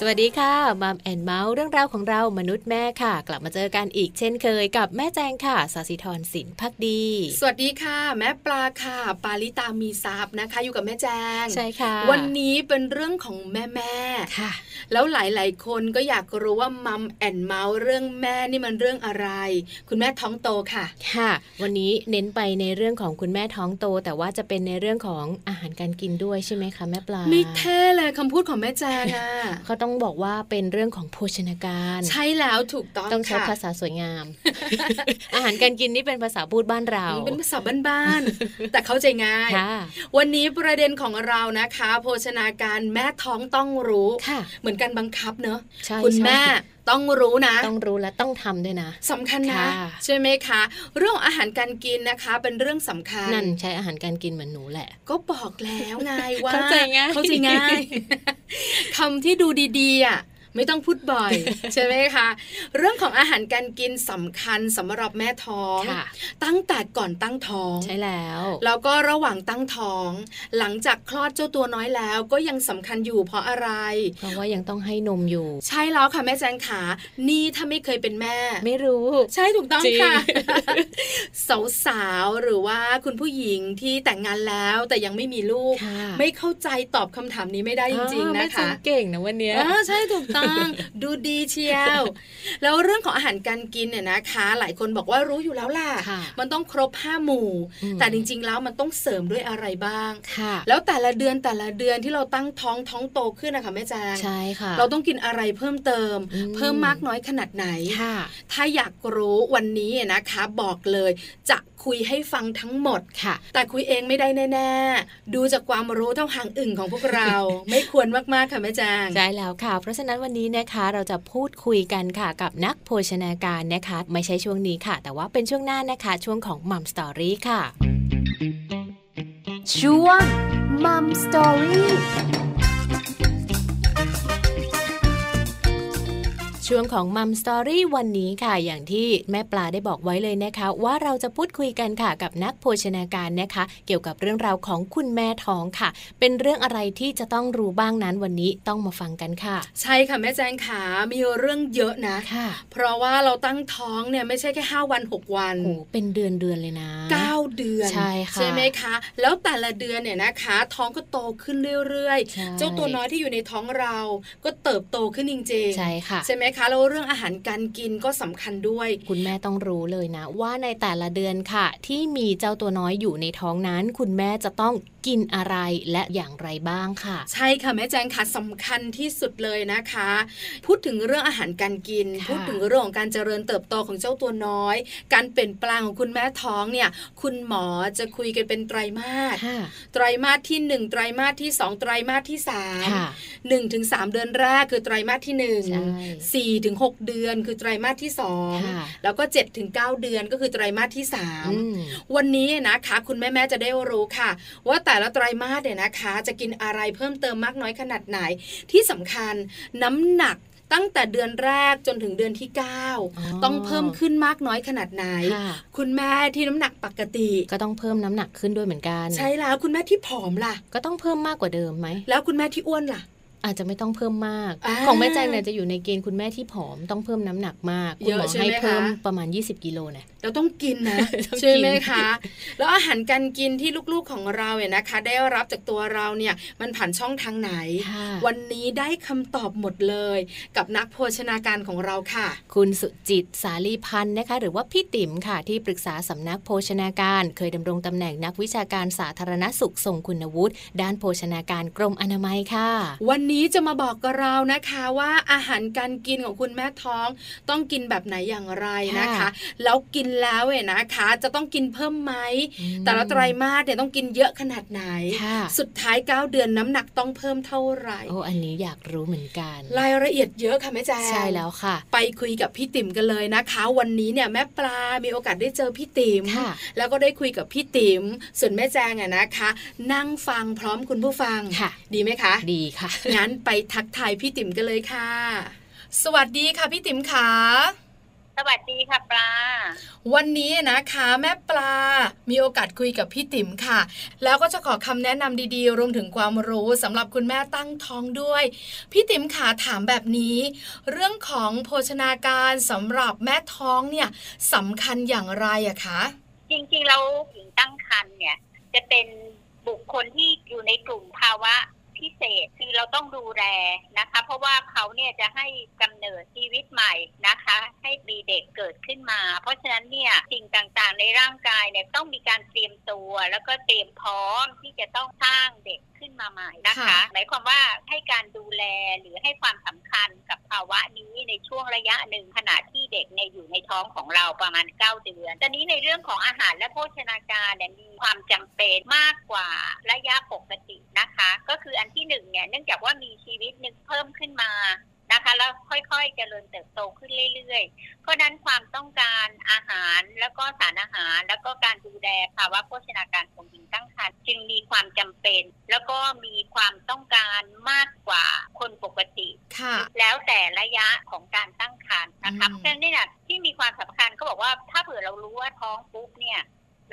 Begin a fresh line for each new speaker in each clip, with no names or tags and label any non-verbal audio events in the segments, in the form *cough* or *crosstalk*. สวัสดีค่ะมัมแอนเมาส์เรื่องราวของเรามนุษย์แม่ค่ะ กลับมาเจอกันอีกเช่นเคยกับแม่แจงค่ะสาสิธรสินพักดี
สวัสดีค่ะ แม่ปลาค่ะ ปาลิตามีซับนะคะ อยู่กับแม่แจง
ใช่ค่ะ
วันนี้เป็นเรื่องของแม่แม่
ค่ะ
ๆแล้วหลาย ๆ คนก็อยากรู้ว่ามัมแอนเมาส์เรื่องแม่นี่มันเรื่องอะไร คุณแม่ท้องโตค่ะ
ค่ะ วันนี้เน้นไปในเรื่องของคุณแม่ท้องโต แต่ว่าจะเป็นในเรื่องของอาหารการกินด้วยใช่ไหมคะแม่ปลา
ไม่เท่เลยคำพูดของแม่แจงอ่ะ
เขาต้องบอกว่าเป็นเรื่องของโภชนาการ
ใช่แล้วถูกต้อง
ต้องใช้
ค่ะ
ภาษาสวยงาม *laughs* อาหารการกินนี่เป็นภาษาพูดบ้านเรา
เป็นภาษาบ้านๆ แต่เข้าใจง่าย
ค่ะ
วันนี้ประเด็นของเรานะคะ โภชนาการแม่ท้องต้องรู้
ค่ะ
เหมือนกันบังคับเนอะ
ใช่
คุณ
ใช่
แม่ต้องรู้นะ
ต้องรู้และต้องทำด้วยนะ
สำคัญนะ
ค่ะ
ใช่ไหมคะ เรื่องอาหารการกินนะคะเป็นเรื่องสำคัญ
นั่นใช้อาหารการกินเหมือนหนูแหละ
ก็บอกแล้ว
*laughs*
ไงว่า
เข้าใจง่าย
เข้าใจ
*laughs*
ง่าย คำที่ดูดีๆอ่ะไม่ต้องพูดบ่อย ใช่ไหมคะเรื่องของอาหารการกินสำคัญสำหรับแม่ท้อง
ค่ะ
ตั้งแต่ก่อนตั้งท้อง
ใช่แล้ว
แล้วก็ระหว่างตั้งท้อง หลังจากคลอดเจ้าตัวน้อยแล้ว ก็ยังสำคัญอยู่เพราะอะไร
เพราะว่ายังต้องให้นมอยู่
ใช่แล้วค่ะแม่แจงขานี่ถ้าไม่เคยเป็นแม่
ไม่รู้
ใช่ถูกต้อง
จริง
ค่ะ สาวๆหรือว่าคุณผู้หญิงที่แต่งงานแล้วแต่ยังไม่มีลูก
ค่ะ
ไม่เข้าใจตอบคำถามนี้ไม่ได้จริง
อ้าว
ๆ
แม่
นะ
จ
คะ
เก่งนะวันเนี้ย
เออใช่ถูกต้อง *laughs* ดูดีเชียว แล้วเรื่องของอาหารการกินเนี่ยนะคะ หลายคนบอกว่ารู้อยู่แล้วล่ะ
ค่ะ
มันต้องครบห้าหมู่
อืม
แต่จริง ๆ แล้วมันต้องเสริมด้วยอะไรบ้าง
ค่ะ
แล้วแต่ละเดือนแต่ละเดือนที่เราตั้งท้องท้องโตขึ้นนะคะแม่แจง
ใช่ค่ะ
เราต้องกินอะไรเพิ่มเติม
อืม
เพิ่มมากน้อยขนาดไหน
ค่ะ
ถ้าอยากรู้วันนี้นะคะ บอกเลยจะคุยให้ฟังทั้งหมด
ค่ะ
แต่คุยเองไม่ได้แน่ๆ ดูจากความรู้เท่าหางอึ่งของพวกเรา *laughs* ไม่ควรมากๆค่ะแม่แจาง
ใช่แล้วค่ะ เพราะฉะนั้นวันนี้นะคะเราจะพูดคุยกันค่ะกับนักโภชนาการนะคะ ไม่ใช่ช่วงนี้ค่ะ แต่ว่าเป็นช่วงหน้านะคะ ช่วงของมัมสตอรี่ค่ะ
ช่วงมัมสตอรี่
ช่วงของมัมสตอรี่วันนี้ค่ะ อย่างที่แม่ปลาได้บอกไว้เลยนะคะ ว่าเราจะพูดคุยกันค่ะกับนักโภชนาการนะคะ เกี่ยวกับเรื่องราวของคุณแม่ท้องค่ะ เป็นเรื่องอะไรที่จะต้องรู้บ้างนั้นวันนี้ต้องมาฟังกันค่ะ
ใช่ค่ะแม่แจงขามีเรื่องเยอะนะ
ค่ะ
เพราะว่าเราตั้งท้องเนี่ยไม่ใช่แค่ 5 วัน 6 วัน
โอ้โหเป็นเดือนเดือนเลยนะ
9 เดือน
ใช่ค่ะ
ใช่ไหมคะ แล้วแต่ละเดือนเนี่ยนะคะ ท้องก็โตขึ้นเรื่อย
ใช่
ๆ เจ้าตัวน้อยที่อยู่ในท้องเราก็เติบโตขึ้นจริงๆ
ใช่ค่ะ
ใช่ไหมคะแล้วเรื่องอาหารการกินก็สำคัญด้วย
คุณแม่ต้องรู้เลยนะ ว่าในแต่ละเดือนค่ะ ที่มีเจ้าตัวน้อยอยู่ในท้องนั้น คุณแม่จะต้องกินอะไรและอย่างไรบ้างค่ะ
ใช่ค่ะแม่แจงค่ะสำคัญที่สุดเลยนะคะ พูดถึงเรื่องอาหารการกิน
ค่ะ
พูดถึงเรื่องของการเจริญเติบโตของเจ้าตัวน้อย การเปลี่ยนแปลงของคุณแม่ท้องเนี่ย คุณหมอจะคุยกันเป็นไตรมาส
ค่ะ
ไตรมาสที่หนึ่งไตรมาสที่สองไตรมาสที่สาม
ค่ะ
หนึ่งถึงสามเดือนแรกคือไตรมาสที่หนึ่ง
ใช่
สี่ถึงหกเดือนคือไตรมาสที่สอง
ค่ะ
แล้วก็เจ็ดถึงเก้าเดือนก็คือไตรมาสที่สาม
อืม
วันนี้นะคะ คุณแม่ๆจะได้รู้ค่ะ ว่าแต่ละไตรมาสเนี่ยนะคะ จะกินอะไรเพิ่มเติมมากน้อยขนาดไหน ที่สำคัญน้ำหนักตั้งแต่เดือนแรกจนถึงเดือนที่
อ๋อ
9 ต้องเพิ่มขึ้นมากน้อยขนาดไหน
ค่ะ
คุณแม่ที่น้ำหนักปกติ
ก็ต้องเพิ่มน้ำหนักขึ้นด้วยเหมือนกัน
ใช่แล้วคุณแม่ที่ผอมล่ะ
ก็ต้องเพิ่มมากกว่าเดิมไหม
แล้วคุณแม่ที่อ้วนล่ะ
อาจจะไม่ต้องเพิ่มมาก
อ่า
ของแม่แจงเนี่ยจะอยู่ในเกณฑ์คุณแม่ที่ผอมต้องเพิ่มน้ำหนักมากคุณ
เย
หมอ
อะใช่ไหม
ให้เพิ่ม
คะ
ประมาณ 20 กิโลนะ
เราต้องกิน
*laughs*
นะ
ต้องกิน
ใช่ไหมคะ แล้วอาหารการกินที่ลูกๆของเราเนี่ยนะคะ ได้รับจากตัวเราเนี่ยมันผ่านช่องทางไหน
ค่ะ
วันนี้ได้คำตอบหมดเลยกับนักโภชนาการของเราค่ะ
คุณสุจิตสาลีพันธ์นะคะ หรือว่าพี่ติ๋มค่ะ ที่ปรึกษาสำนักโภชนาการ เคยดำรงตำแหน่งนักวิชาการสาธารณสุขทรงคุณวุฒิด้านโภชนาการกรมอนามัยค่ะ
วันนี้จะมาบอกกับเรานะคะว่าอาหารการกินของคุณแม่ท้อง ต้องกินแบบไหนอย่างไรนะคะ
ค่ะ
แล้วกินแล้วเนี่ยนะคะ จะต้องกินเพิ่มไหมแต่ละไตรมาสเนี่ยต้องกินเยอะขนาดไหน
ค่ะ
สุดท้าย 9 เดือนน้ำหนักต้องเพิ่มเท่าไหร่
โอ้อันนี้อยากรู้เหมือนกัน
รายละเอียดเยอะค่ะแม่แจง
ใช่แล้วค่ะ
ไปคุยกับพี่ติ๋มกันเลยนะคะ วันนี้เนี่ยแม่ปลา มีโอกาสได้เจอพี่ติ๋ม
ค่ะ
แล้วก็ได้คุยกับพี่ติ๋มส่วนแม่แจงอะนะคะ นั่งฟังพร้อมคุณผู้ฟัง
ค่ะ
ดีไหมคะ
ดีค่ะ
งั้นไปทักทายพี่ติ๋มกันเลยค่ะ สวัสดีค่ะพี่ติ๋มขา
สวัสดีค่ะปลา
วันนี้นะคะแม่ปลา มีโอกาสคุยกับพี่ติ๋มค่ะ แล้วก็จะขอคำแนะนำดีๆ รวมถึงความรู้สำหรับคุณแม่ตั้งท้องด้วย พี่ติ๋มขาถามแบบนี้ เรื่องของโภชนาการสำหรับแม่ท้องเนี่ยสำคัญอย่างไรอะคะ
จริงๆเราหญิงตั้งครรภ์เนี่ย จะเป็นบุคคลที่อยู่ในกลุ่มภาวะพิเศษคือเราต้องดูแลนะคะ เพราะว่าเขาเนี่ยจะให้กำเนิดชีวิตใหม่นะคะ ให้มีเด็กเกิดขึ้นมา เพราะฉะนั้นเนี่ยสิ่งต่างๆในร่างกายเนี่ยต้องมีการเตรียมตัว แล้วก็เตรียมพร้อมที่จะต้องสร้างเด็กขึ้นมาใหม่นะคะ
ค่ะ
หมายความว่าให้การดูแลหรือให้ความสำคัญกับภาวะนี้ในช่วงระยะหนึ่งขณะที่เด็กเนี่ยอยู่ในท้องของเราประมาณ 9 เดือน ตอนนี้ในเรื่องของอาหารและโภชนาการเนี่ยมีความจำเป็นมากกว่าระยะปกตินะคะ ก็คืออันที่หนึ่งเนี่ยเนื่องจากว่ามีชีวิตหนึ่งเพิ่มขึ้นมานะคะ แล้วค่อยๆเจริญเติบโตขึ้นเรื่อยๆ เพราะฉะนั้นความต้องการอาหารแล้วก็สารอาหาร แล้วก็การดูแลภาวะโภชนาการของหญิงตั้งครรภ์จึงมีความจำเป็น แล้วก็มีความต้องการมากกว่าคนปกติ
ค่ะ
แล้วแต่ระยะของการตั้งครรภ์นะคะ
อืม
เพราะฉะนั้นเนี่ยที่มีความสำคัญก็บอกว่าถ้าเผื่อเรารู้ว่าท้องปุ๊บเนี่ย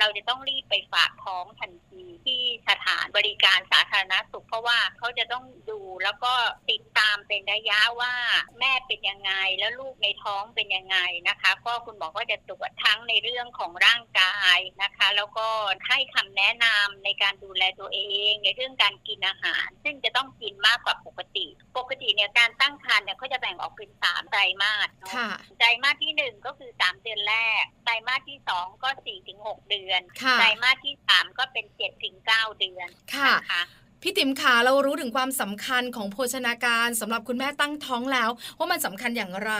เราจะต้องรีบไปฝากท้องทันทีที่สถานบริการสาธารณสุข เพราะว่าเขาจะต้องดูแล้วก็ติดตามเป็นระยะว่าแม่เป็นยังไงแล้วลูกในท้องเป็นยังไงนะคะก็คุณหมอก็จะตรวจทั้งในเรื่องของร่างกายนะคะ แล้วก็ให้คำแนะนำในการดูแลตัวเอง ในเรื่องการกินอาหาร ซึ่งจะต้องกินมากกว่าปกติ ปกติเนี่ยการตั้งครรภ์เนี่ยเขาจะแบ่งออกเป็นสามไตรมาสเนาะ
ค่ะ
ไตรมาสที่หนึ่งก็คือสามเดือนแรก ไตรมาสที่สองก็สี่ถึงหกเดือน
ค่ะ
ไตรมาสที่สามก็เป็นเจ็ดถึงเก้าเดือน
ค่ะ
นะคะ
พี่ติ๋มขาเรารู้ถึงความสำคัญของโภชนาการสำหรับคุณแม่ตั้งท้องแล้ว ว่ามันสำคัญอย่างไร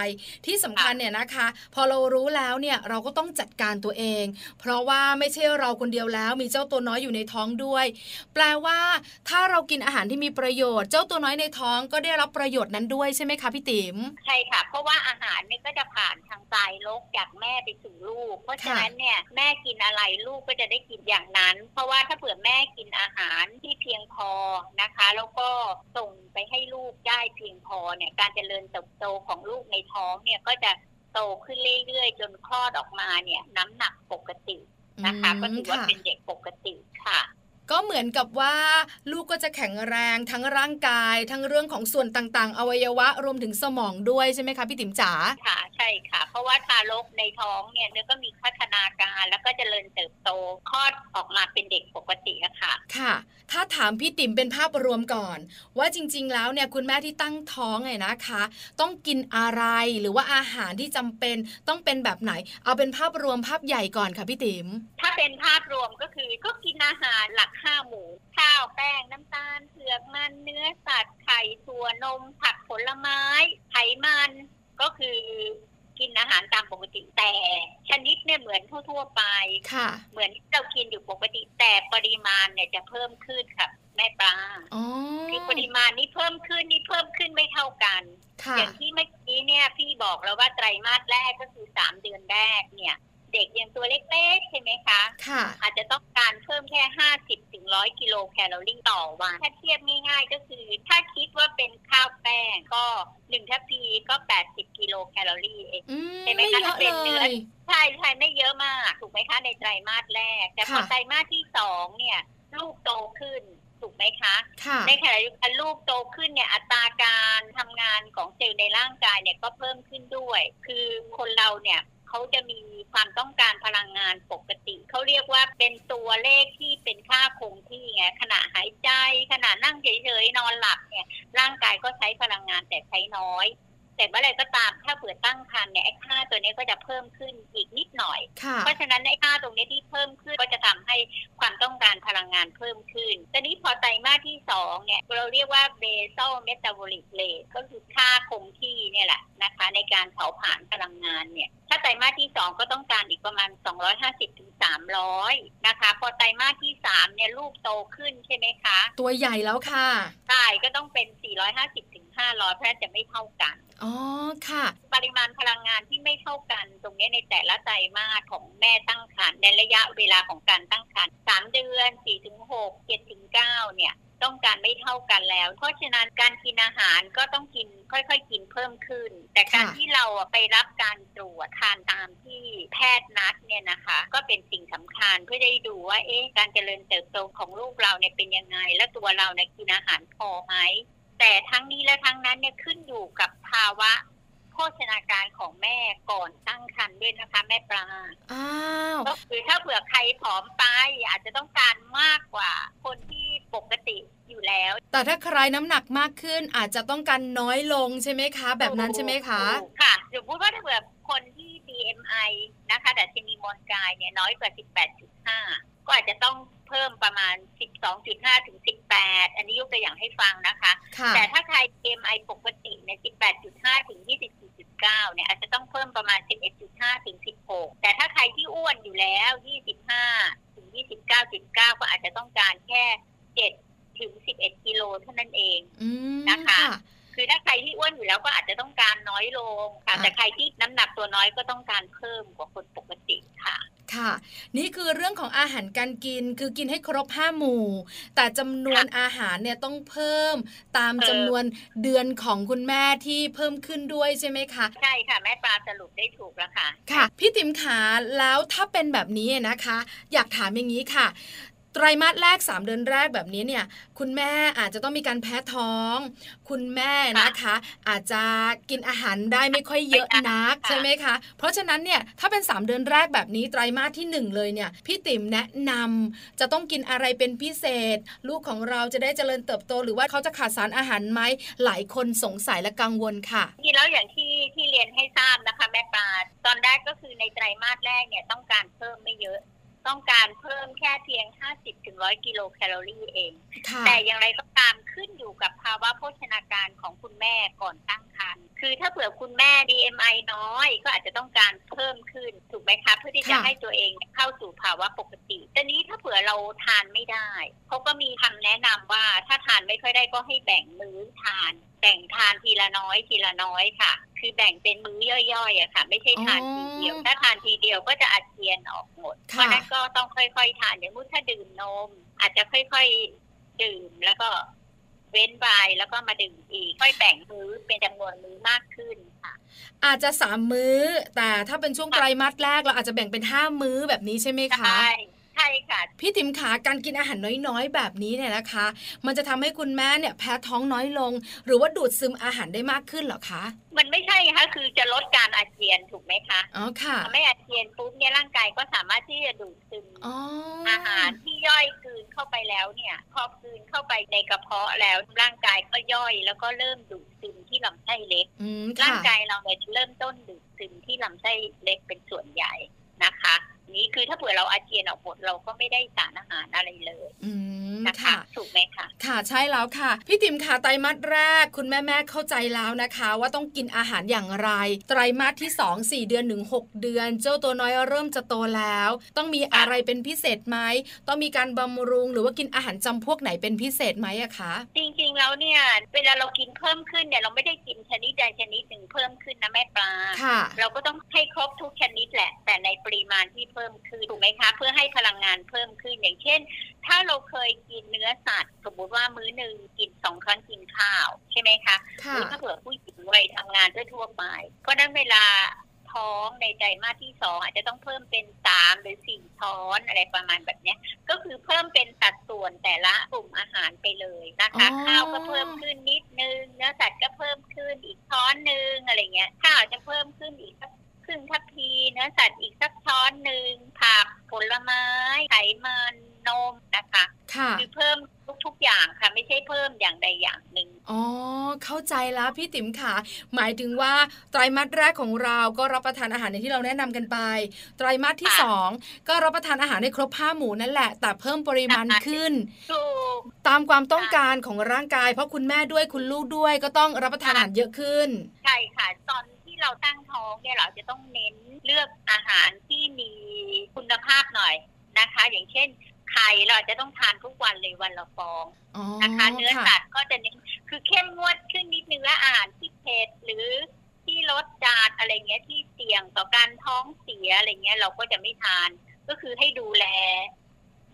ที่สำคัญเนี่ยนะคะ พอเรารู้แล้วเนี่ยเราก็ต้องจัดการตัวเอง เพราะว่าไม่ใช่เราคนเดียวแล้ว มีเจ้าตัวน้อยอยู่ในท้องด้วย แปลว่า ถ้าเรากินอาหารที่มีประโยชน์ เจ้าตัวน้อยในท้องก็ได้รับประโยชน์นั้นด้วยใช่ไหมคะพี่ติ๋ม
ใช่ค่ะ เพราะว่าอาหารเนี่ยก็จะผ่านทางปลายลกจากแม่ไปสู่ลูก เพราะฉะนั้นเนี่ยแม่กินอะไรลูกก็จะได้กินอย่างนั้น เพราะว่าถ้าเผื่อแม่กินอาหารที่เพียงพอนะคะ แล้วก็ส่งไปให้ลูกได้เพียงพอเนี่ยการเจริญเติบโตของลูกในท้องเนี่ยก็จะโตขึ้นเรื่อยๆ จนคลอดออกมาเนี่ยน้ำหนักปกติ นะคะก็ถือว่าเป็นเด็กปกติค่ะ
ก็เหมือนกับว่าลูกก็จะแข็งแรงทั้งร่างกาย ทั้งเรื่องของส่วนต่างๆ อวัยวะรวมถึงสมองด้วยใช่ไหมคะพี่ติ๋มจ๋า
ค่ะใช่ค่ะ เพราะว่าทารกในท้องเนี่ยเนื้อก็มีพัฒนาการแล้วก็เจริญเติบโตคลอดออกมาเป็นเด็กปกติอะค่ะ
ค่ะ ถ้าถามพี่ติ๋มเป็นภาพรวมก่อน ว่าจริง ๆ แล้วเนี่ยคุณแม่ที่ตั้งท้องเนี่ยนะคะ ต้องกินอะไรหรือว่าอาหารที่จำเป็นต้องเป็นแบบไหน เอาเป็นภาพรวมภาพใหญ่ก่อนค่ะพี่ติ๋ม
ถ้าเป็นภาพรวมก็คือก็กินอาหารหลักห้าหมู่ ข้าวแป้งน้ำตาลเผือกมันเนื้อสัตว์ไข่ถั่วนมผักผลไม้ ไขมันก็คือกินอาหารตามปกติแต่ ชนิดเนี่ยเหมือนทั่วๆไป
ค่ะ
เหมือนที่เรากินอยู่ปกติแต่ปริมาณเนี่ยจะเพิ่มขึ้นค่ะแม่ปลา
อ๋อ
คือปริมาณนี่เพิ่มขึ้นนี่เพิ่มขึ้นไม่เท่ากัน
ค่ะ
อย่างที่เมื่อกี้เนี่ยพี่บอกแล้วว่าไตรมาสแรกก็คือสามเดือนแรกเนี่ย เด็กยังตัวเล็กๆใช่ไหมคะ
ค่ะ
อาจจะต้องการเพิ่มแค่ 50ถึง100 กิโลแคลอรี่ต่อวัน ถ้าเทียบง่ายๆ ก็คือ ถ้าคิดว่าเป็นข้าวแป้งก็1ทัพพีก็ 80 กิโลแคลอรี่เอง
อืม
เห็นไหม
ไม่
คะ
เย
ถ้า
อะ
เป็นเนื้
เล
อ
ย
ใช่ใช่ไม่เยอะมาก ถูกไหมคะในไตรมาสแรก แต่พอ
ค่ะ
ไตรมาสที่สองเนี่ย ลูกโตขึ้น ถูกไหมคะ
ค่ะ
ในขณะเดียวกันลูกโตขึ้นเนี่ยอัตราการทำงานของเซลล์ในร่างกายเนี่ยก็เพิ่มขึ้นด้วย คือคนเราเนี่ยเขาจะมีความต้องการพลังงานปกติ เขาเรียกว่าเป็นตัวเลขที่เป็นค่าคงที่ไงขณะหายใจ ขณะนั่งเฉยๆนอนหลับเนี่ยร่างกายก็ใช้พลังงานแต่ใช้น้อย แต่เมื่อไหรก็ตามถ้าเปิดตั้งครรภ์เนี่ยไอ้ค่าตัวนี้ก็จะเพิ่มขึ้นอีกนิดหน่อย
ค่ะ
เพราะฉะนั้นไอ้ค่าตรงนี้ที่เพิ่มขึ้นก็จะทำให้ความต้องการพลังงานเพิ่มขึ้น แต่นี้พอไตรมาสที่สองเนี่ยเราเรียกว่า basal metabolic rate ก็คือค่าคงที่เนี่ยแหละนะคะ ในการเผาผลาญพลังงานเนี่ย ถ้าไตรมาสที่สองก็ต้องการอีกประมาณ 250ถึง300 นะคะ พอไตรมาสที่สามเนี่ยลูกโตขึ้นใช่ไหมคะ
ตัวใหญ่แล้วค่ะ
ใช่ก็ต้องเป็น 450ถึง 500 เพราะจะไม่เท่ากัน
อ๋อค่ะ
ปริมาณพลังงานที่ไม่เท่ากัน ตรงนี้ในแต่ละไตรมาสของแม่ตั้งครรภ์ในระยะเวลาของการตั้งครรภ์สามเดือนสี่ถึงหกเจ็ดถึงเก้าเนี่ย ต้องการไม่เท่ากันแล้ว เพราะฉะนั้นการกินอาหารก็ต้องกินค่อยๆ กินเพิ่มขึ้น แต่การ
ค่ะ
ที่เราอะไปรับการตรวจทานตามที่แพทย์นัดเนี่ยนะคะ ก็เป็นสิ่งสำคัญเพื่อได้ดูว่าเอ๊ะการเจริญเติบโตของลูกเราเนี่ยเป็นยังไง และตัวเราเนี่ยกินอาหารพอไหม แต่ทั้งนี้และทั้งนั้นเนี่ยขึ้นอยู่กับภาวะ โภชนาการของแม่ก่อนตั้งครรภ์ด้วยนะคะ แม่ปลา
อ้าว
ก็คือถ้าเผื่อใครผอมไป อาจจะต้องการมากกว่าคนที่ปกติอยู่แล้ว
แต่ถ้าใครน้ำหนักมากขึ้นอาจจะต้องการน้อยลงใช่ไหมคะ แบบนั้นใช่ไหมคะ
ถูกค่ะสมมติว่าถ้าเผื่อคนที่ BMI นะคะดัชนีมวลกายเนี่ยน้อยกว่า 18.5 ก็อาจจะต้องเพิ่มประมาณ 12.5 ถึง 18 อันนี้ยกตัวอย่างให้ฟังนะคะ
ค่ะ
แต่ถ้าใคร BMI ปกติเนี่ย18.5 ถึง 24.9 เนี่ยอาจจะต้องเพิ่มประมาณ 11.5 ถึง 16 แต่ถ้าใครที่อ้วนอยู่แล้ว 25 ถึง 29.9 ก็อาจจะต้องการแค่ 7 ถึง 11 กิโลเท่านั้นเอง
อืม
นะคะ
ค่ะ
คือถ้าใครที่อ้วนอยู่แล้วก็อาจจะต้องการน้อยลงค่ะ
ค่ะ
แต่ใครที่น้ำหนักตัวน้อยก็ต้องการเพิ่มกว่าคนปกติค่ะ
ค่ะ นี่คือเรื่องของอาหารการกินคือกินให้ครบห้าหมู่ แต่จำนวนอาหารเนี่ยต้องเพิ่มตามจำนวนเดือนของคุณแม่ที่เพิ่มขึ้นด้วยใช่ไหมคะ
ใช่ค่ะ แม่ปลาสรุปได้ถูกแล้วค่ะ
ค่ะ พี่ติ๋มขาแล้วถ้าเป็นแบบนี้นะคะ อยากถามอย่างนี้ค่ะ ไตรมาสแรก 3 เดือนแรกแบบนี้เนี่ย คุณแม่อาจจะต้องมีการแพ้ท้อง คุณแม่นะคะ อาจจะกินอาหารได้ไม่ค่อยเยอะนัก
ค่ะ
ใช่ไหมคะ เพราะฉะนั้นเนี่ยถ้าเป็น 3 เดือนแรกแบบนี้ไตรมาสที่ 1 เลยเนี่ย พี่ติ๋มแนะนำจะต้องกินอะไรเป็นพิเศษ ลูกของเราจะได้เจริญเติบโต หรือว่าเขาจะขาดสารอาหารไหมหลายคนสงสัยและกังวลค่ะ
จริงๆแล้วอย่างที่ที่เรียนให้ทราบนะคะ แม่ปลาตอนแรกก็คือในไตรมาสแรกเนี่ยต้องการเพิ่มไม่เยอะ ต้องการเพิ่มแค่เพียง 50ถึง100 กิโลแคลอรี่เอง
ค่ะ
แต่อย่างไรก็ตามขึ้นอยู่กับภาวะโภชนาการของคุณแม่ก่อนตั้งครรภ์คือถ้าเผื่อคุณแม่ BMI น้อย ก็อาจจะต้องการเพิ่มขึ้นถูกไหมคะเพื่อที่จะ
ค่ะ
ให้ตัวเองเข้าสู่ภาวะปกติแต่นี้ถ้าเผื่อเราทานไม่ได้เขาก็มีคำแนะนำว่าถ้าทานไม่ค่อยได้ก็ให้แบ่งมื้อทาน แบ่งทานทีละน้อยทีละน้อยค่ะ คือแบ่งเป็นมื้อย่อยๆอะค่ะ ไม่ใช่ทานทีเดียว
อ๋อ
ถ้าทานทีเดียวก็จะอาเจียนออกหมดเพ
ค่ะ
ราะฉะนั้นก็ต้องค่อยๆ ทานอย่างมุติถ้าดื่มนม อาจจะค่อยๆ ดื่มแล้วก็เว้นไปแล้วก็มาดื่มอีก ค่อยแบ่งมื้อเป็นจำนวนมื้อมากขึ้นค่ะ
อาจจะสามมื้อ แต่ถ้าเป็นช่วงไตรมาสแรกเราอาจจะแบ่งเป็นห้ามื้อแบบนี้ใช่ไหม
ใช
คะ
่ ใช่ค่ะ
พี่ติ๋มขาการกินอาหารน้อยๆ แบบนี้เนี่ยนะคะ มันจะทำให้คุณแม่เนี่ยแพ้ท้องน้อยลง หรือว่าดูดซึมอาหารได้มากขึ้นเหรอคะ
มันไม่ใช่ค่ะคือจะลดการอาเจียนถูกไหมคะ
อ๋อค่ะ
พอไม่อาเจียนปุ๊บเนี่ยร่างกายก็สามารถที่จะดูดซึม
อ๋ออา
อาหารที่ย่อยกลืนเข้าไปแล้วเนี่ยพอกลืนเข้าไปในกระเพาะแล้วร่างกายก็ย่อย แล้วก็เริ่มดูดซึมที่ลำไส้เล็ก
อืม
ร่า
ค่ะ
งกายเราเนี่ยเริ่มต้นดูดซึมที่ลำไส้เล็กเป็นส่วนใหญ่นะคะ นี่คือถ้าเผื่อเราอาเจียนออกหมดเราก็ไม่ได้สารอาหารอะไรเลย
อืม
นะคะ
ค่ะ
ถูกไหมคะ
ค่ะใช่แล้วค่ะ พี่ติ๋มค่ะไตรมาสแรก คุณแม่แม่ๆเข้าใจแล้วนะคะ ว่าต้องกินอาหารอย่างไร ไตรมาสที่ 2 4 เดือนถึง6เดือน เจ้าตัวน้อยเริ่มจะโตแล้ว ต้องมีอะไรเป็นพิเศษไหมต้องมีการบำรุงหรือว่ากินอาหารจำพวกไหนเป็นพิเศษไหมอะคะ
จริงๆแล้วเนี่ยเวลาเรากินเพิ่มขึ้นเนี่ยเราไม่ได้กินชนิดใดชนิดหนึ่งเพิ่มขึ้นนะแม่ปลา
ค่ะ
เราก็ต้องให้ครบทุกชนิดแหละ แต่ในปริมาณที่เพิ่มขึ้นถูกไหมคะ เพื่อให้พลังงานเพิ่มขึ้นอย่างเช่น ถ้าเราเคยกินเนื้อสัตว์สมมติว่ามื้อหนึ่งกินสองครั้งกินข้าวใช่ไหมคะ
ค่ะ
หรือถ้าเผื่อผู้หญิงวัยทำงานทั่วๆไปเพราะฉะนั้นเวลาท้องในไตรมาสที่สองอาจจะต้องเพิ่มเป็นสามหรือสี่ช้อนอะไรประมาณแบบเนี้ย ก็คือเพิ่มเป็นสัดส่วนแต่ละกลุ่มอาหารไปเลยนะคะ
อ๋อ
ข้าวก็เพิ่มขึ้นนิดนึงเนื้อสัตว์ก็เพิ่มขึ้นอีกช้อนนึงอะไรเงี้ยข้าวอาจจะเพิ่มขึ้นอีกสักครึ่งทัพพีเนื้อสัตว์อีกสักช้อนหนึ่งผักผลไม้ไขมันนมนะคะ
ค่ะ
คือเพิ่มทุกๆอย่างค่ะ ไม่ใช่เพิ่มอย่างใดอย่างหนึ่ง
อ๋อเข้าใจแล้วพี่ติ๋มค่ะ หมายถึงว่าไตรมาสแรกของเราก็รับประทานอาหารอย่างที่เราแนะนำกันไป ไตรมาสที่
ค่ะ
สองก็รับประทานอาหารให้ครบห้าหมู่นั่นแหละแต่เพิ่มปริมาณขึ้น
ถูก
ตามความต้องการของร่างกาย เพราะคุณแม่ด้วยคุณลูกด้วยก็ต้องรับประทานอาหารเยอะขึ้น
ใช่ค่ะ ตอนที่เราตั้งท้องเนี่ยเราจะต้องเน้นเลือกอาหารที่มีคุณภาพหน่อยนะคะ อย่างเช่น ข ไทยเราอาจจะต้องทานทุกวันเลยวันละฟอง
อ๋อ
นะคะเนื้อ
ค่ะ
สัตว์ก็จะเน้นคือเข้มงวดขึ้นนิดนึงและอาหารที่เผ็ดหรือที่รสจัดอะไรเงี้ยที่เสี่ยงต่อการท้องเสียอะไรเงี้ยเราก็จะไม่ทาน ก็คือให้ดูแล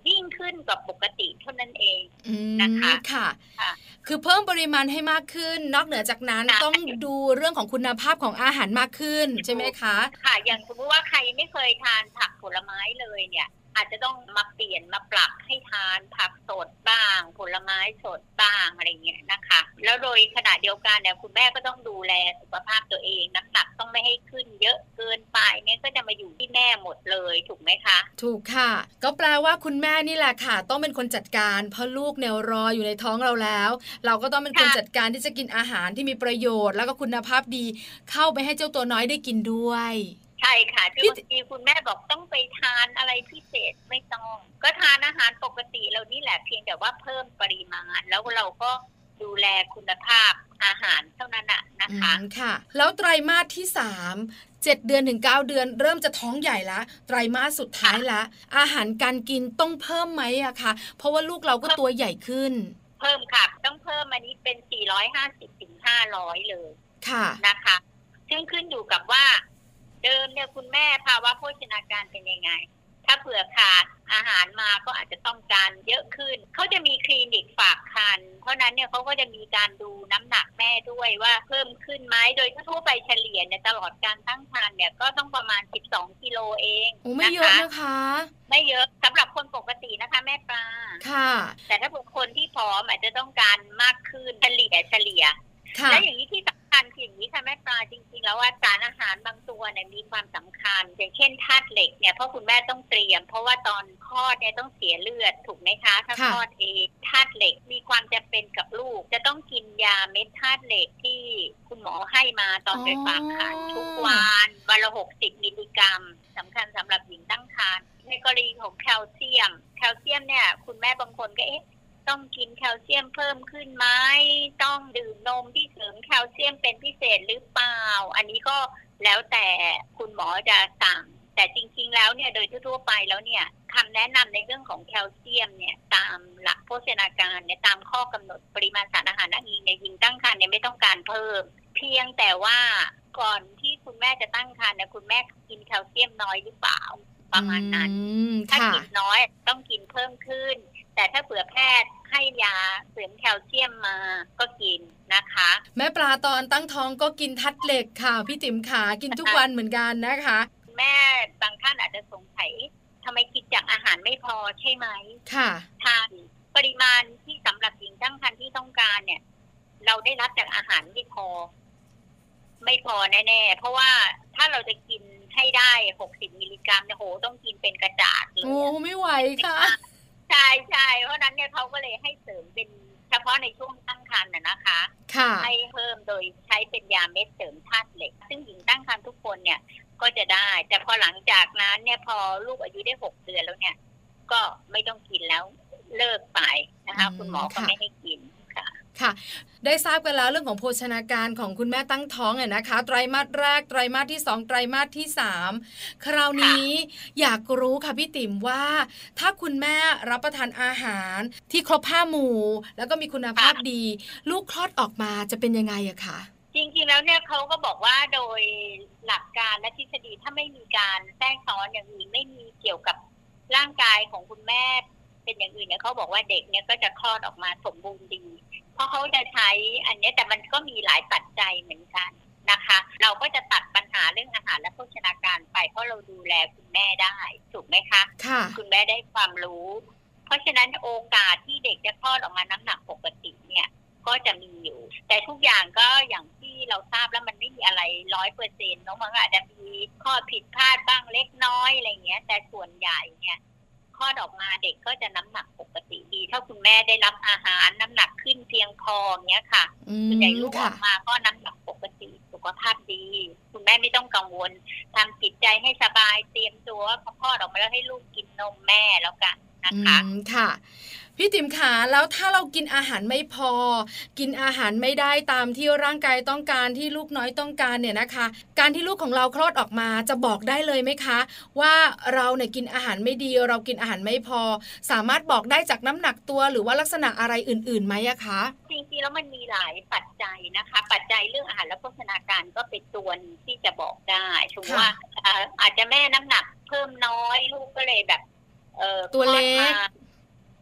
ยิ่งขึ้นกว่าปกติเท่านั้นเอง
อืม
นะคะ
ค่ะ
ค่ะ
คือเพิ่มปริมาณให้มากขึ้น นอกเหนือจากนั้น
ค่ะ
ต้องดูเรื่องของคุณภาพของอาหารมากขึ้น ใช่ไหมคะ
ค่ะ อย่างสมมติว่าใครไม่เคยทานผักผลไม้เลยเนี่ย อาจจะต้องมาเปลี่ยนมาปรับให้ทานผักสดบ้าง ผลไม้สดบ้างอะไรเงี้ยนะคะ แล้วโดยขณะเดียวกันเนี่ยคุณแม่ก็ต้องดูแลสุขภาพตัวเองน้ำหนักต้องไม่ให้ขึ้นเยอะเกินไปเนี่ยก็จะมาอยู่ที่แม่หมดเลยถูกไหมคะ
ถูกค่ะ ก็แปลว่าคุณแม่นี่แหละค่ะ ต้องเป็นคนจัดการเพราะลูกเนี่ยรออยู่ในท้องเราแล้ว เราก็ต้องเป็นคน
ค่ะ
จัดการที่จะกินอาหารที่มีประโยชน์ แล้วก็คุณภาพดี เข้าไปให้เจ้าตัวน้อยได้กินด้วย
ใช่ค่ะ
พี่
ที่บางทีคุณแม่บอกต้องไปทานอะไรพิเศษไม่ต้อง ก็ทานอาหารปกติเรานี่แหละเพียงแต่ว่าเพิ่มปริมาณ แล้วเราก็ดูแลคุณภาพอาหารเท่านั้นน่ะนะ
อื
คะ
มค่ะ แล้วไตรมาสที่สามเจ็ดเดือนถึงเก้าเดือน เริ่มจะท้องใหญ่ละไตรมาสสุดท้ายละอาหารการกินต้องเพิ่มไหมอะคะเพราะว่าลูกเราก็ตัวใหญ่ขึ้น
เพิ่มค่ะ ต้องเพิ่มอันนี้เป็น 450 ถึง 500 เลย
ค่ะ
นะคะ ซึ่งขึ้นอยู่กับว่า เดิมเนี่ยคุณแม่ภาวะโภชนาการเป็นยังไง ถ้าเผื่อขาดอาหารมาก็อาจจะต้องการเยอะขึ้น เขาจะมีคลินิกฝากคัน เพราะนั้นเนี่ยเขาก็จะมีการดูน้ำหนักแม่ด้วยว่าเพิ่มขึ้นไหม โดยทั่วๆไปเฉลี่ยเนี่ยตลอดการตั้งครรภ์เนี่ยก็ต้องประมาณ 12 กิโลเอง
โอ้ไม่เยอะ
ค
นะคะ
ไม่เยอะสำหรับคนปกตินะคะ แม่ปลา
ค่ะ
แต่ถ้าบุคคลที่พร้อมอาจจะต้องการมากขึ้นเฉลี่ยเฉลี่ย
ค่ะ
แล้วอย่างนี้ที่สำคัญคืออย่างนี้ค่ะแม่ปลาจริงๆ แล้วว่าสารอาหารบางตัวเนี่ยมีความสำคัญ อย่างเช่นธาตุเหล็กเนี่ยเพราะคุณแม่ต้องเตรียม เพราะว่าตอนคลอดเนี่ยต้องเสียเลือดถูกไหมคะถ้าคลอดเองธาตุเหล็กมีความจำเป็นกับลูก จะต้องกินยาเม็ดธาตุเหล็กที่คุณหมอให้มาตอนไปฝากครรภ์ทุกวันวันละหกสิบมิลลิกรัมสำคัญสำหรับหญิงตั้งครรภ์ในกรณีของแคลเซียม แคลเซียมเนี่ยคุณแม่บางคนก็เอ๊ะ ต้องกินแคลเซียมเพิ่มขึ้นไหมต้องดื่มนมที่เสริมแคลเซียมเป็นพิเศษหรือเปล่า อันนี้ก็แล้วแต่คุณหมอจะสั่ง แต่จริงๆแล้วเนี่ยโดยทั่วๆไปแล้วเนี่ยคำแนะนำในเรื่องของแคลเซียมเนี่ยตามหลักโภชนาการเนี่ยตามข้อกำหนดปริมาณสารอาหารอ้างอิงในหญิงตั้งครรภ์เนี่ยไม่ต้องการเพิ่ม เพียงแต่ว่าก่อนที่คุณแม่จะตั้งครรภ์เนี่ยคุณแม่กินแคลเซียมน้อยหรือเปล่า ประมาณนั้น
อืม
ถ้า
ค่ะ
กินน้อยต้องกินเพิ่มขึ้น แต่ถ้าเผื่อแพทย์ให้ยาเสริมแคลเซียมมาก็กินนะคะ
แม่ปลาตอนตั้งท้องก็กินทัดเหล็กค่ะ พี่ติ๋มขากินทุกวันเหมือนกันนะคะ
แม่บางท่านอาจจะสงสัยทำไมกินจากอาหารไม่พอใช่ไหม
ค่ะ
ทานปริมาณที่สำหรับหญิงตั้งครรภ์ที่ต้องการเนี่ย เราได้รับจากอาหารไม่พอ ไม่พอแน่ๆเพราะว่าถ้าเราจะกินให้ได้หกสิบมิลลิกรัมเนี่ยโหต้องกินเป็นกระจาดเลย
โอ้
อะ
ไม่ไหวค่ะ
ใช่ใช่เพราะฉะนั้นเนี่ยเขาก็เลยให้เสริมเป็นเฉพาะในช่วงตั้งครรภ์น่ะนะคะ
ค่ะ
ให้เพิ่มโดยใช้เป็นยาเม็ดเสริมธาตุเหล็ก ซึ่งหญิงตั้งครรภ์ทุกคนเนี่ยก็จะได้ แต่พอหลังจากนั้นเนี่ยพอลูกอายุได้หกเดือนแล้วเนี่ย ก็ไม่ต้องกินแล้วเลิกไปนะคะ
อืม
คุณหมอก็
ค่ะ
ไม่ให้กินค่ะ
ค่ะ ได้ทราบกันแล้วเรื่องของโภชนาการของคุณแม่ตั้งท้องเนี่ยนะคะ ไตรมาสแรก ไตรมาสที่สองไตรมาสที่สามคราวนี้อยากรู้ค่ะพี่ติ๋มว่า ถ้าคุณแม่รับประทานอาหารที่ครบห้าหมู่ แล้วก็มีคุณภาพดี ลูกคลอดออกมาจะเป็นยังไงอะคะ
จริงๆ แล้วเนี่ยเขาก็บอกว่าโดยหลักการและทฤษฎีถ้าไม่มีการแทรกซ้อนอย่างอื่นไม่มีเกี่ยวกับร่างกายของคุณแม่ เป็นอย่างอื่นเนี่ยเขาบอกว่าเด็กเนี่ยก็จะคลอดออกมาสมบูรณ์ดี เพราะเขาจะใช้อันเนี้ยแต่มันก็มีหลายปัจจัยเหมือนกันนะคะ เราก็จะตัดปัญหาเรื่องอาหารและโภชนาการไป เพราะเราดูแลคุณแม่ได้ถูกไหมคะ
ค่ะ
คุณแม่ได้ความรู้ เพราะฉะนั้นโอกาสที่เด็กจะคลอดออกมาน้ำหนักปกติเนี่ย ก็จะมีอยู่ แต่ทุกอย่างก็อย่างที่เราทราบแล้วมันไม่มีอะไรร้อยเปอร์เซ็นต์น้องมันก็อาจจะมีข้อผิดพลาดบ้างเล็กน้อยอะไรเงี้ย แต่ส่วนใหญ่เนี่ยคลอดออกมาเด็กก็จะน้ำหนักปกติดีถ้าคุณแม่ได้รับอาหารน้ำหนักขึ้นเพียงพอเนี้ยค่ะ
อื
ส่วนใหญ่
ม
ลูกอ
ค่ะ
อกมาก็น้ำหนักปกติสุขภาพดี คุณแม่ไม่ต้องกังวลทำจิตใจให้สบายเตรียมตัวว่าพอคลอดออกมาแล้วให้ลูกกินนมแม่แล้วกันนะ
อื
คะ
มค่ะ พ พี่ติ๋มขาแล้วถ้าเรากินอาหารไม่พอ กินอาหารไม่ได้ตามที่ร่างกายต้องการที่ลูกน้อยต้องการเนี่ยนะคะ การที่ลูกของเราคลอดออกมาจะบอกได้เลยไหมคะ ว่าเราเนี่ยกินอาหารไม่ดี เรากินอาหารไม่พอ สามารถบอกได้จากน้ำหนักตัวหรือว่าลักษณะอะไรอื่นๆไหมอะคะ
จริงๆแล้วมันมีหลายปัจจัยนะคะ ปัจจัยเรื่องอาหารและโภชนาการก็เป็นตัวหนึ่งที่จะบอกได้ชมว่าเอ่ออาจจะแม่น้ำหนักเพิ่มน้อยลูกก็เลยแบบ เอ่อ
ตัวเล็
คล
ก
อดมา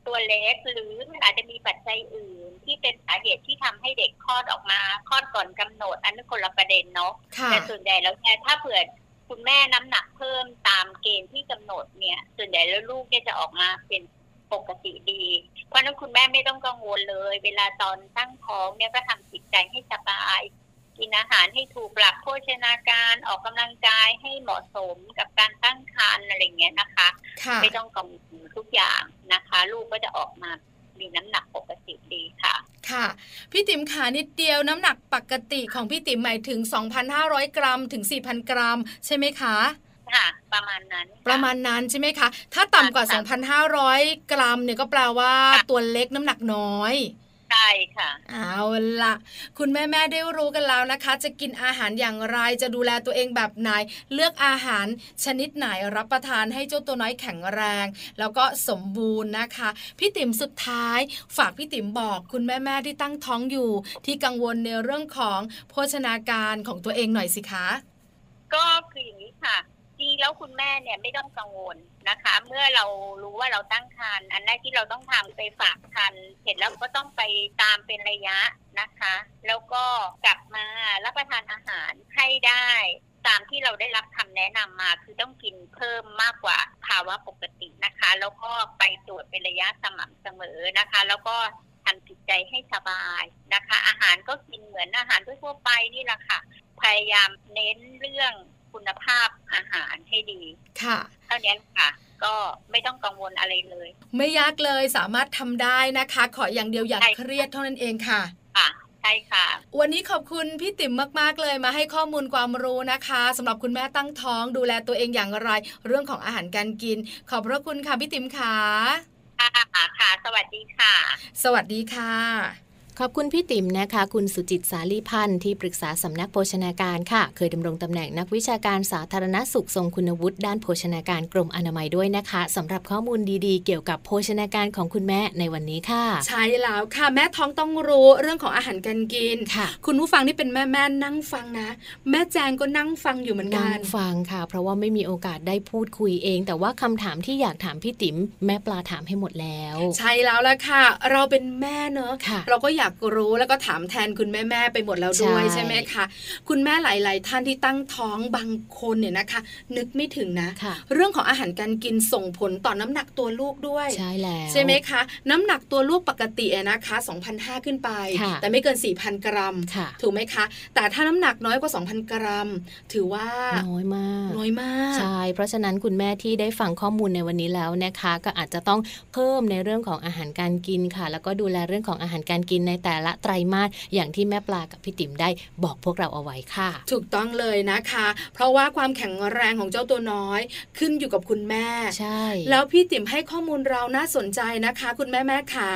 ตัวเล็กหรือมันอาจจะมีปัจจัยอื่น ที่เป็นสาเหตุที่ทำให้เด็กคลอดออกมาคลอดก่อนกำหนด อันนั้นคนละประเด็นเนาะ
ค่ะ
แต่ส่วนใหญ่แล้วเนี่ยถ้าเผื่อคุณแม่น้ำหนักเพิ่มตามเกณฑ์ที่กำหนดเนี่ย ส่วนใหญ่แล้วลูกเนี่ยจะออกมาเป็นปกติดี เพราะฉะนั้นคุณแม่ไม่ต้องกังวลเลย เวลาตอนตั้งท้องเนี่ยก็ทำจิตใจให้สบาย กินอาหารให้ถูกหลักโภชนาการออกกำลังกายให้เหมาะสมกับการตั้งครรภ์อะไรอย่างเงี้ยนะคะ
ค่ะ
ไม่ต้องกังวลทุกอย่างนะคะ ลูกก็จะออกมามีน้ำหนักปกติดีค่ะ
ค่ะ พี่ติ๋มขานิดเดียวน้ำหนักปกติของพี่ติ๋มหมายถึง 2,500 กรัมถึง 4,000 กรัม ใช่ไหมคะ
ค่ะ ประมาณนั้นค่
ประมาณนั้นใช่ไหมคะ ถ้าต่ำกว่า
ค่ะ
2,500 กรัมเนี่ยก็แปลว่า
ค่ะ
ตัวเล็กน้ำหนักน้อย
ใช่ค่ะ
เอาละคุณแม่แม่ๆได้รู้กันแล้วนะคะ จะกินอาหารอย่างไรจะดูแลตัวเองแบบไหน เลือกอาหารชนิดไหนรับประทานให้เจ้าตัวน้อยแข็งแรง แล้วก็สมบูรณ์นะคะพี่ติ๋มสุดท้าย ฝากพี่ติ๋มบอกคุณแม่แม่ๆที่ตั้งท้องอยู่ ที่กังวลในเรื่องของโภชนาการของตัวเองหน่อยสิคะ
ก็คืออย่างนี้ค่ะจริงแล้วคุณแม่เนี่ยไม่ต้องกังวลนะคะ เมื่อเรารู้ว่าเราตั้งครรภ์อันแรกที่เราต้องทำไปฝากครรภ์เสร็จแล้วก็ต้องไปตามเป็นระยะนะคะ แล้วก็กลับมารับประทานอาหารให้ได้ ตามที่เราได้รับคำแนะนำมาคือต้องกินเพิ่มมากกว่าภาวะปกตินะคะ แล้วก็ไปตรวจเป็นระยะสม่ำเสมอนะคะ แล้วก็ทำจิตใจให้สบายนะคะ อาหารก็กินเหมือนอาหารทั่วๆไปนี่แหละค่ะ พยายามเน้นเรื่องคุณภาพอาหารให้ดี
ค่ะ
เท่านี้ค่ะ ก็ไม่ต้องกังวลอะไรเลย
ไม่ยากเลยสามารถทำได้นะคะ ขออย่างเดียวอย่า
ใช่
เครียดเท่านั้นเองค่ะ
ค่ะ ใช่ค่ะ
วันนี้ขอบคุณพี่ติ๋มมาก ๆ เลยมาให้ข้อมูลความรู้นะคะสำหรับคุณแม่ตั้งท้องดูแลตัวเองอย่างไร เรื่องของอาหารการกิน ขอบพระคุณค่ะพี่ติ๋มค่ะ
ค่ะค่ะ สวัสดีค่ะ
สวัสดีค่ะ
ขอบคุณพี่ติ๋มนะคะ คุณสุจิตสาลีพันธ์ที่ปรึกษาสำนักโภชนาการค่ะ เคยดำรงตำแหน่งนักวิชาการสาธารณสุขทรงคุณวุฒิด้านโภชนาการกรมอนามัยด้วยนะคะสำหรับข้อมูลดีๆ เกี่ยวกับโภชนาการของคุณแม่ในวันนี้ค่ะ
ใช่แล้วค่ะ แม่ท้องต้องรู้เรื่องของอาหารการกิน
ค่ะ
คุณผู้ฟังที่เป็นแม่แม่ๆนั่งฟังนะ แม่แจงก็นั่งฟังอยู่เหมือนกั
นั่
น
งฟังค่ะ เพราะว่าไม่มีโอกาสได้พูดคุยเอง แต่ว่าคำถามที่อยากถามพี่ติ๋มแม่ปลาถามให้หมดแล้ว
ใช่แล้วละค่ะ เราเป็นแม่เนอะ
ค่ะ
เราก็อยากรู้แล้วก็ถามแทนคุณแม่แม่ๆไปหมดแล้วด้วย
ใช่
ใช่ไหมคะคุณแม่หลาย ๆ ท่านที่ตั้งท้องบางคนเนี่ยนะคะ นึกไม่ถึงนะ
ค่ะ
เรื่องของอาหารการกินส่งผลต่อน้ำหนักตัวลูกด้วย
ใช่แล้ว
ใช่ไหมคะ น้ำหนักตัวลูกปกติอะนะคะ2,005ขึ้นไป
ค่ะ
แต่ไม่เกิน 4,000 กรัม
ค่ะ
ถูกไหมคะ แต่ถ้าน้ำหนักน้อยกว่า 2,000 กรัม ถือว่า
น้อยมาก
น้อยมาก
ใช่ เพราะฉะนั้นคุณแม่ที่ได้ฟังข้อมูลในวันนี้แล้วนะคะ ก็อาจจะต้องเพิ่มในเรื่องของอาหารการกินค่ะ แล้วก็ดูแลเรื่องของอาหารการกินในแต่ละไตรมาสอย่างที่แม่ปลากับพี่ติ๋มได้บอกพวกเราเอาไว้ค่ะ
ถูกต้องเลยนะคะ เพราะว่าความแข็งแรงของเจ้าตัวน้อย ขึ้นอยู่กับคุณแม่
ใช่
แล้วพี่ติ๋มให้ข้อมูลเราน่าสนใจนะคะ คุณแม่แม่ขา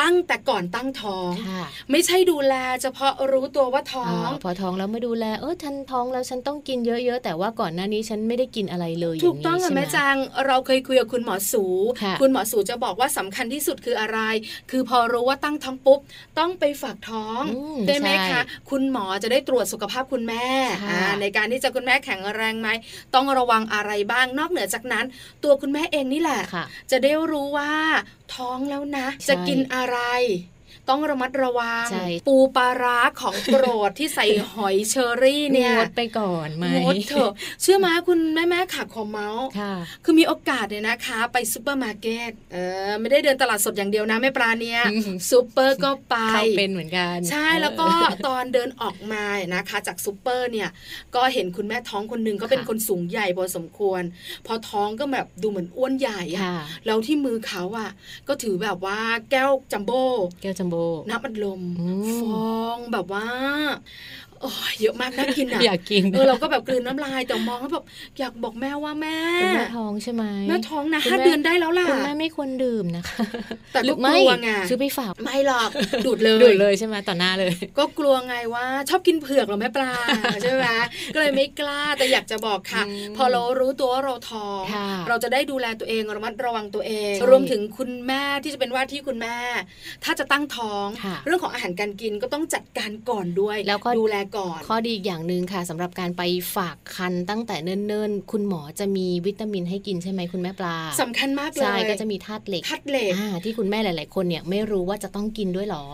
ตั้งแต่ก่อนตั้งท้อง
ค่ะ
ไม่ใช่ดูแลเฉพาะรู้ตัวว่าท้อ
อ่าง พอท้องแล้วมาดูแลเออฉันท้องแล้วฉันต้องกินเยอะๆ แต่ว่าก่อนหน้านี้ฉันไม่ได้กินอะไรเลย
ถูก
ย่า
ต้อง
นี้
ค่ะ
ใช่ไห
แม่จางเราเคยคุยกับคุณหมอสู
ค่ะ
คุณหมอสูจะบอกว่าสำคัญที่สุดคืออะไร คือพอรู้ว่าตั้งท้องปุ๊บ ต้องไปฝากท้อง
อื
ได้ไหม
ใช่
คะ คุณหมอจะได้ตรวจสุขภาพคุณแม่
ค่ะ
อ่าในการที่จะคุณแม่แข็งแรงไหม ต้องระวังอะไรบ้าง นอกเหนือจากนั้น ตัวคุณแม่เองนี่แหละ
ค่ะ
จะได้รู้ว่าท้องแล้วนะ
ใช่
จะกินอะไร ต้องระมัดระวัง
ใช่
ปูปลาร้าของโปรดที่ใส่หอยเชอรี่เนี่ย
งดไปก่อนไหม
งดเถอะเชื่อมาคุณแม่แม่ขาขอเมาส์
ค่ะ
คือมีโอกาสเนี่ยนะคะ ไปซูเปอร์มาร์เก็ตเออไม่ได้เดินตลาดสดอย่างเดียวนะแม่ปลา
*laughs*
เนี่ย
อืม
ซูเปอร์ก็ไป
เขาเป็นเหมือนกัน
ใช่
เออ
แล้วก็ตอนเดินออกมานะคะ จากซูเปอร์เนี่ย ก็เห็นคุณแม่ท้องคนหนึ่งก็เป็น
ค่ะ
คนสูงใหญ่พอสมควร พอท้องก็แบบดูเหมือนอ้วนใหญ่อะ
ค่ะ
แล้วที่มือเขาอะก็ถือแบบว่าแก้วจัมโบ้
แก้วจัมโบ้
น้ำอัดลม
อืม
ฟองแบบว่า โอ้ยเยอะมากน่ากินอ่ะ
อยากกิน
เออเราก็แบบกลืนน้ำลายแต่มองแล้วแบบอยากบอกแม่ว่าแม่
คุณแม่ท้องใช่ไหม
แม่ท้องนะ
คุณ
ห้า
แม่
เดือนได้แล้วล่ะ
คุณแม่ไม่ควรดื่มนะคะ
แต่ก็
หรืไม่
กลัวไง
ซื้อไปฝาก
ไม่หรอกดูดเลย
*laughs* ดื่มเลยใช่ไหมต่อหน้าเลย
ก็กลัวไงว่าชอบกินเผือกเหรอแม่ปลา ใช่ไหม *laughs* ก็เลยไม่กล้าแต่อยากจะบอกค่ะ
อืม
พอเรารู้ตัวว่าเราท้อง
ค่ะ
เราจะได้ดูแลตัวเองระมัดระวังตัวเอง
ใช่
รวมถึงคุณแม่ที่จะเป็นว่าที่คุณแม่ ถ้าจะตั้งท้อง
ค่ะ
เรื่องของอาหารการกินก็ต้องจัดการก่อนด้วย
แล้วก็
ดูแลก่อน
ข้อดีอีกอย่างหนึ่งค่ะสำหรับการไปฝากคันตั้งแต่เนิ่นๆ คุณหมอจะมีวิตามินให้กินใช่ไหมคุณแม่ปลา
สำคัญมากเลย
ใช่ก็จะมีธาตุเหล็ก
ทัดเหล็ก
อ่าที่คุณแม่หลาย ๆ คนเนี่ยไม่รู้ว่าจะต้องกินด้วยหรอ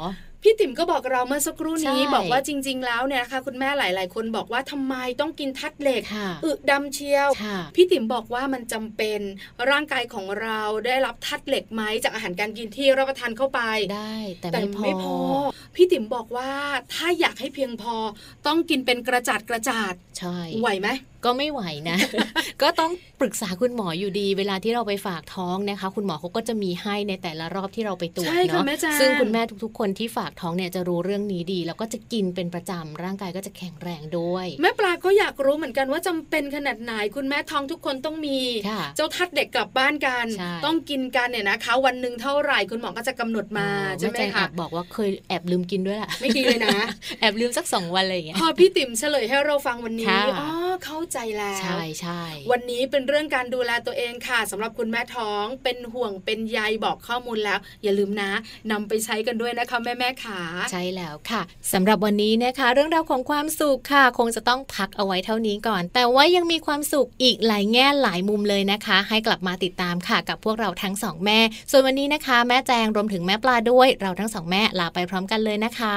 พี่ติ๋มก็บอกเราเมื่อสักครู่นี้
ใช่
บอกว่าจริง ๆ แล้วเนี่ยนะคะคุณแม่หลาย ๆ คนบอกว่าทำไมต้องกินทัดเหล็ก
ค่ะ
อึดำเชียว
ค่ะ
พี่ติ๋มบอกว่ามันจำเป็นร่างกายของเราได้รับธาตุเหล็กไหมจากอาหารการกินที่รับประทานเข้าไป
ได้แต่
แต่
ไม่พอ
ไม่พอ พี่ติ๋มบอกว่าถ้าอยากให้เพียงพอต้องกินเป็นกระจัดกระจาด
ใช่
ไหวไหม
ก็ไม่ไหวนะ *laughs* ก็ต้องปรึกษาคุณหมออยู่ดี เวลาที่เราไปฝากท้องนะคะ คุณหมอเขาก็จะมีให้ในแต่ละรอบที่เราไปตรวจ
ใช่ค่ะ
เนาะ
แม่จาง
ซึ่งคุณแม่ทุกๆ คนที่ฝากท้องเนี่ยจะรู้เรื่องนี้ดี แล้วก็จะกินเป็นประจำร่างกายก็จะแข็งแรงด้วย
แม่ปลาก็อยากรู้เหมือนกันว่าจำเป็นขนาดไหนคุณแม่ท้องทุกคนต้องมี
ค่ะ
เจ้าทัดเด็กกลับบ้านกัน
ใช่
ต้องกินกันเนี่ยนะคะ วันหนึ่งเท่าไหร่คุณหมอก็จะกำหนดมา
เออ
ใช่ไหม
แจงแอ
คะ
บบอกว่าเคยแอบลืมกินด้วยล่ะ *laughs*
ไม่ดีเลยนะ
แอบลืมสักสองวันอะไรอย่างเงี้ย
พอพี่ติ๋มเฉลยให้เราฟังวันนี้
ค่ะ
อ๋อเข้าใจแล้ว
ใช่ใช่
วันนี้เป็นเรื่องการดูแลตัวเองค่ะสำหรับคุณแม่ท้องเป็นห่วงเป็นใยบอกข้อมูลแล้ว อย่าลืมนะนำไปใช้กันด้วยนะคะแม่แม่ๆขา
ใช่แล้วค่ะสำหรับวันนี้นะคะ เรื่องราวของความสุขค่ะ คงจะต้องพักเอาไว้เท่านี้ก่อน แต่ว่ายังมีความสุขอีกหลายแง่หลายมุมเลยนะคะ ให้กลับมาติดตามค่ะ กับพวกเราทั้งสองแม่ ส่วนวันนี้นะคะ แม่แจงรวมถึงแม่ปลาด้วย เราทั้งสองแม่ลาไปพร้อมกันเลยนะคะ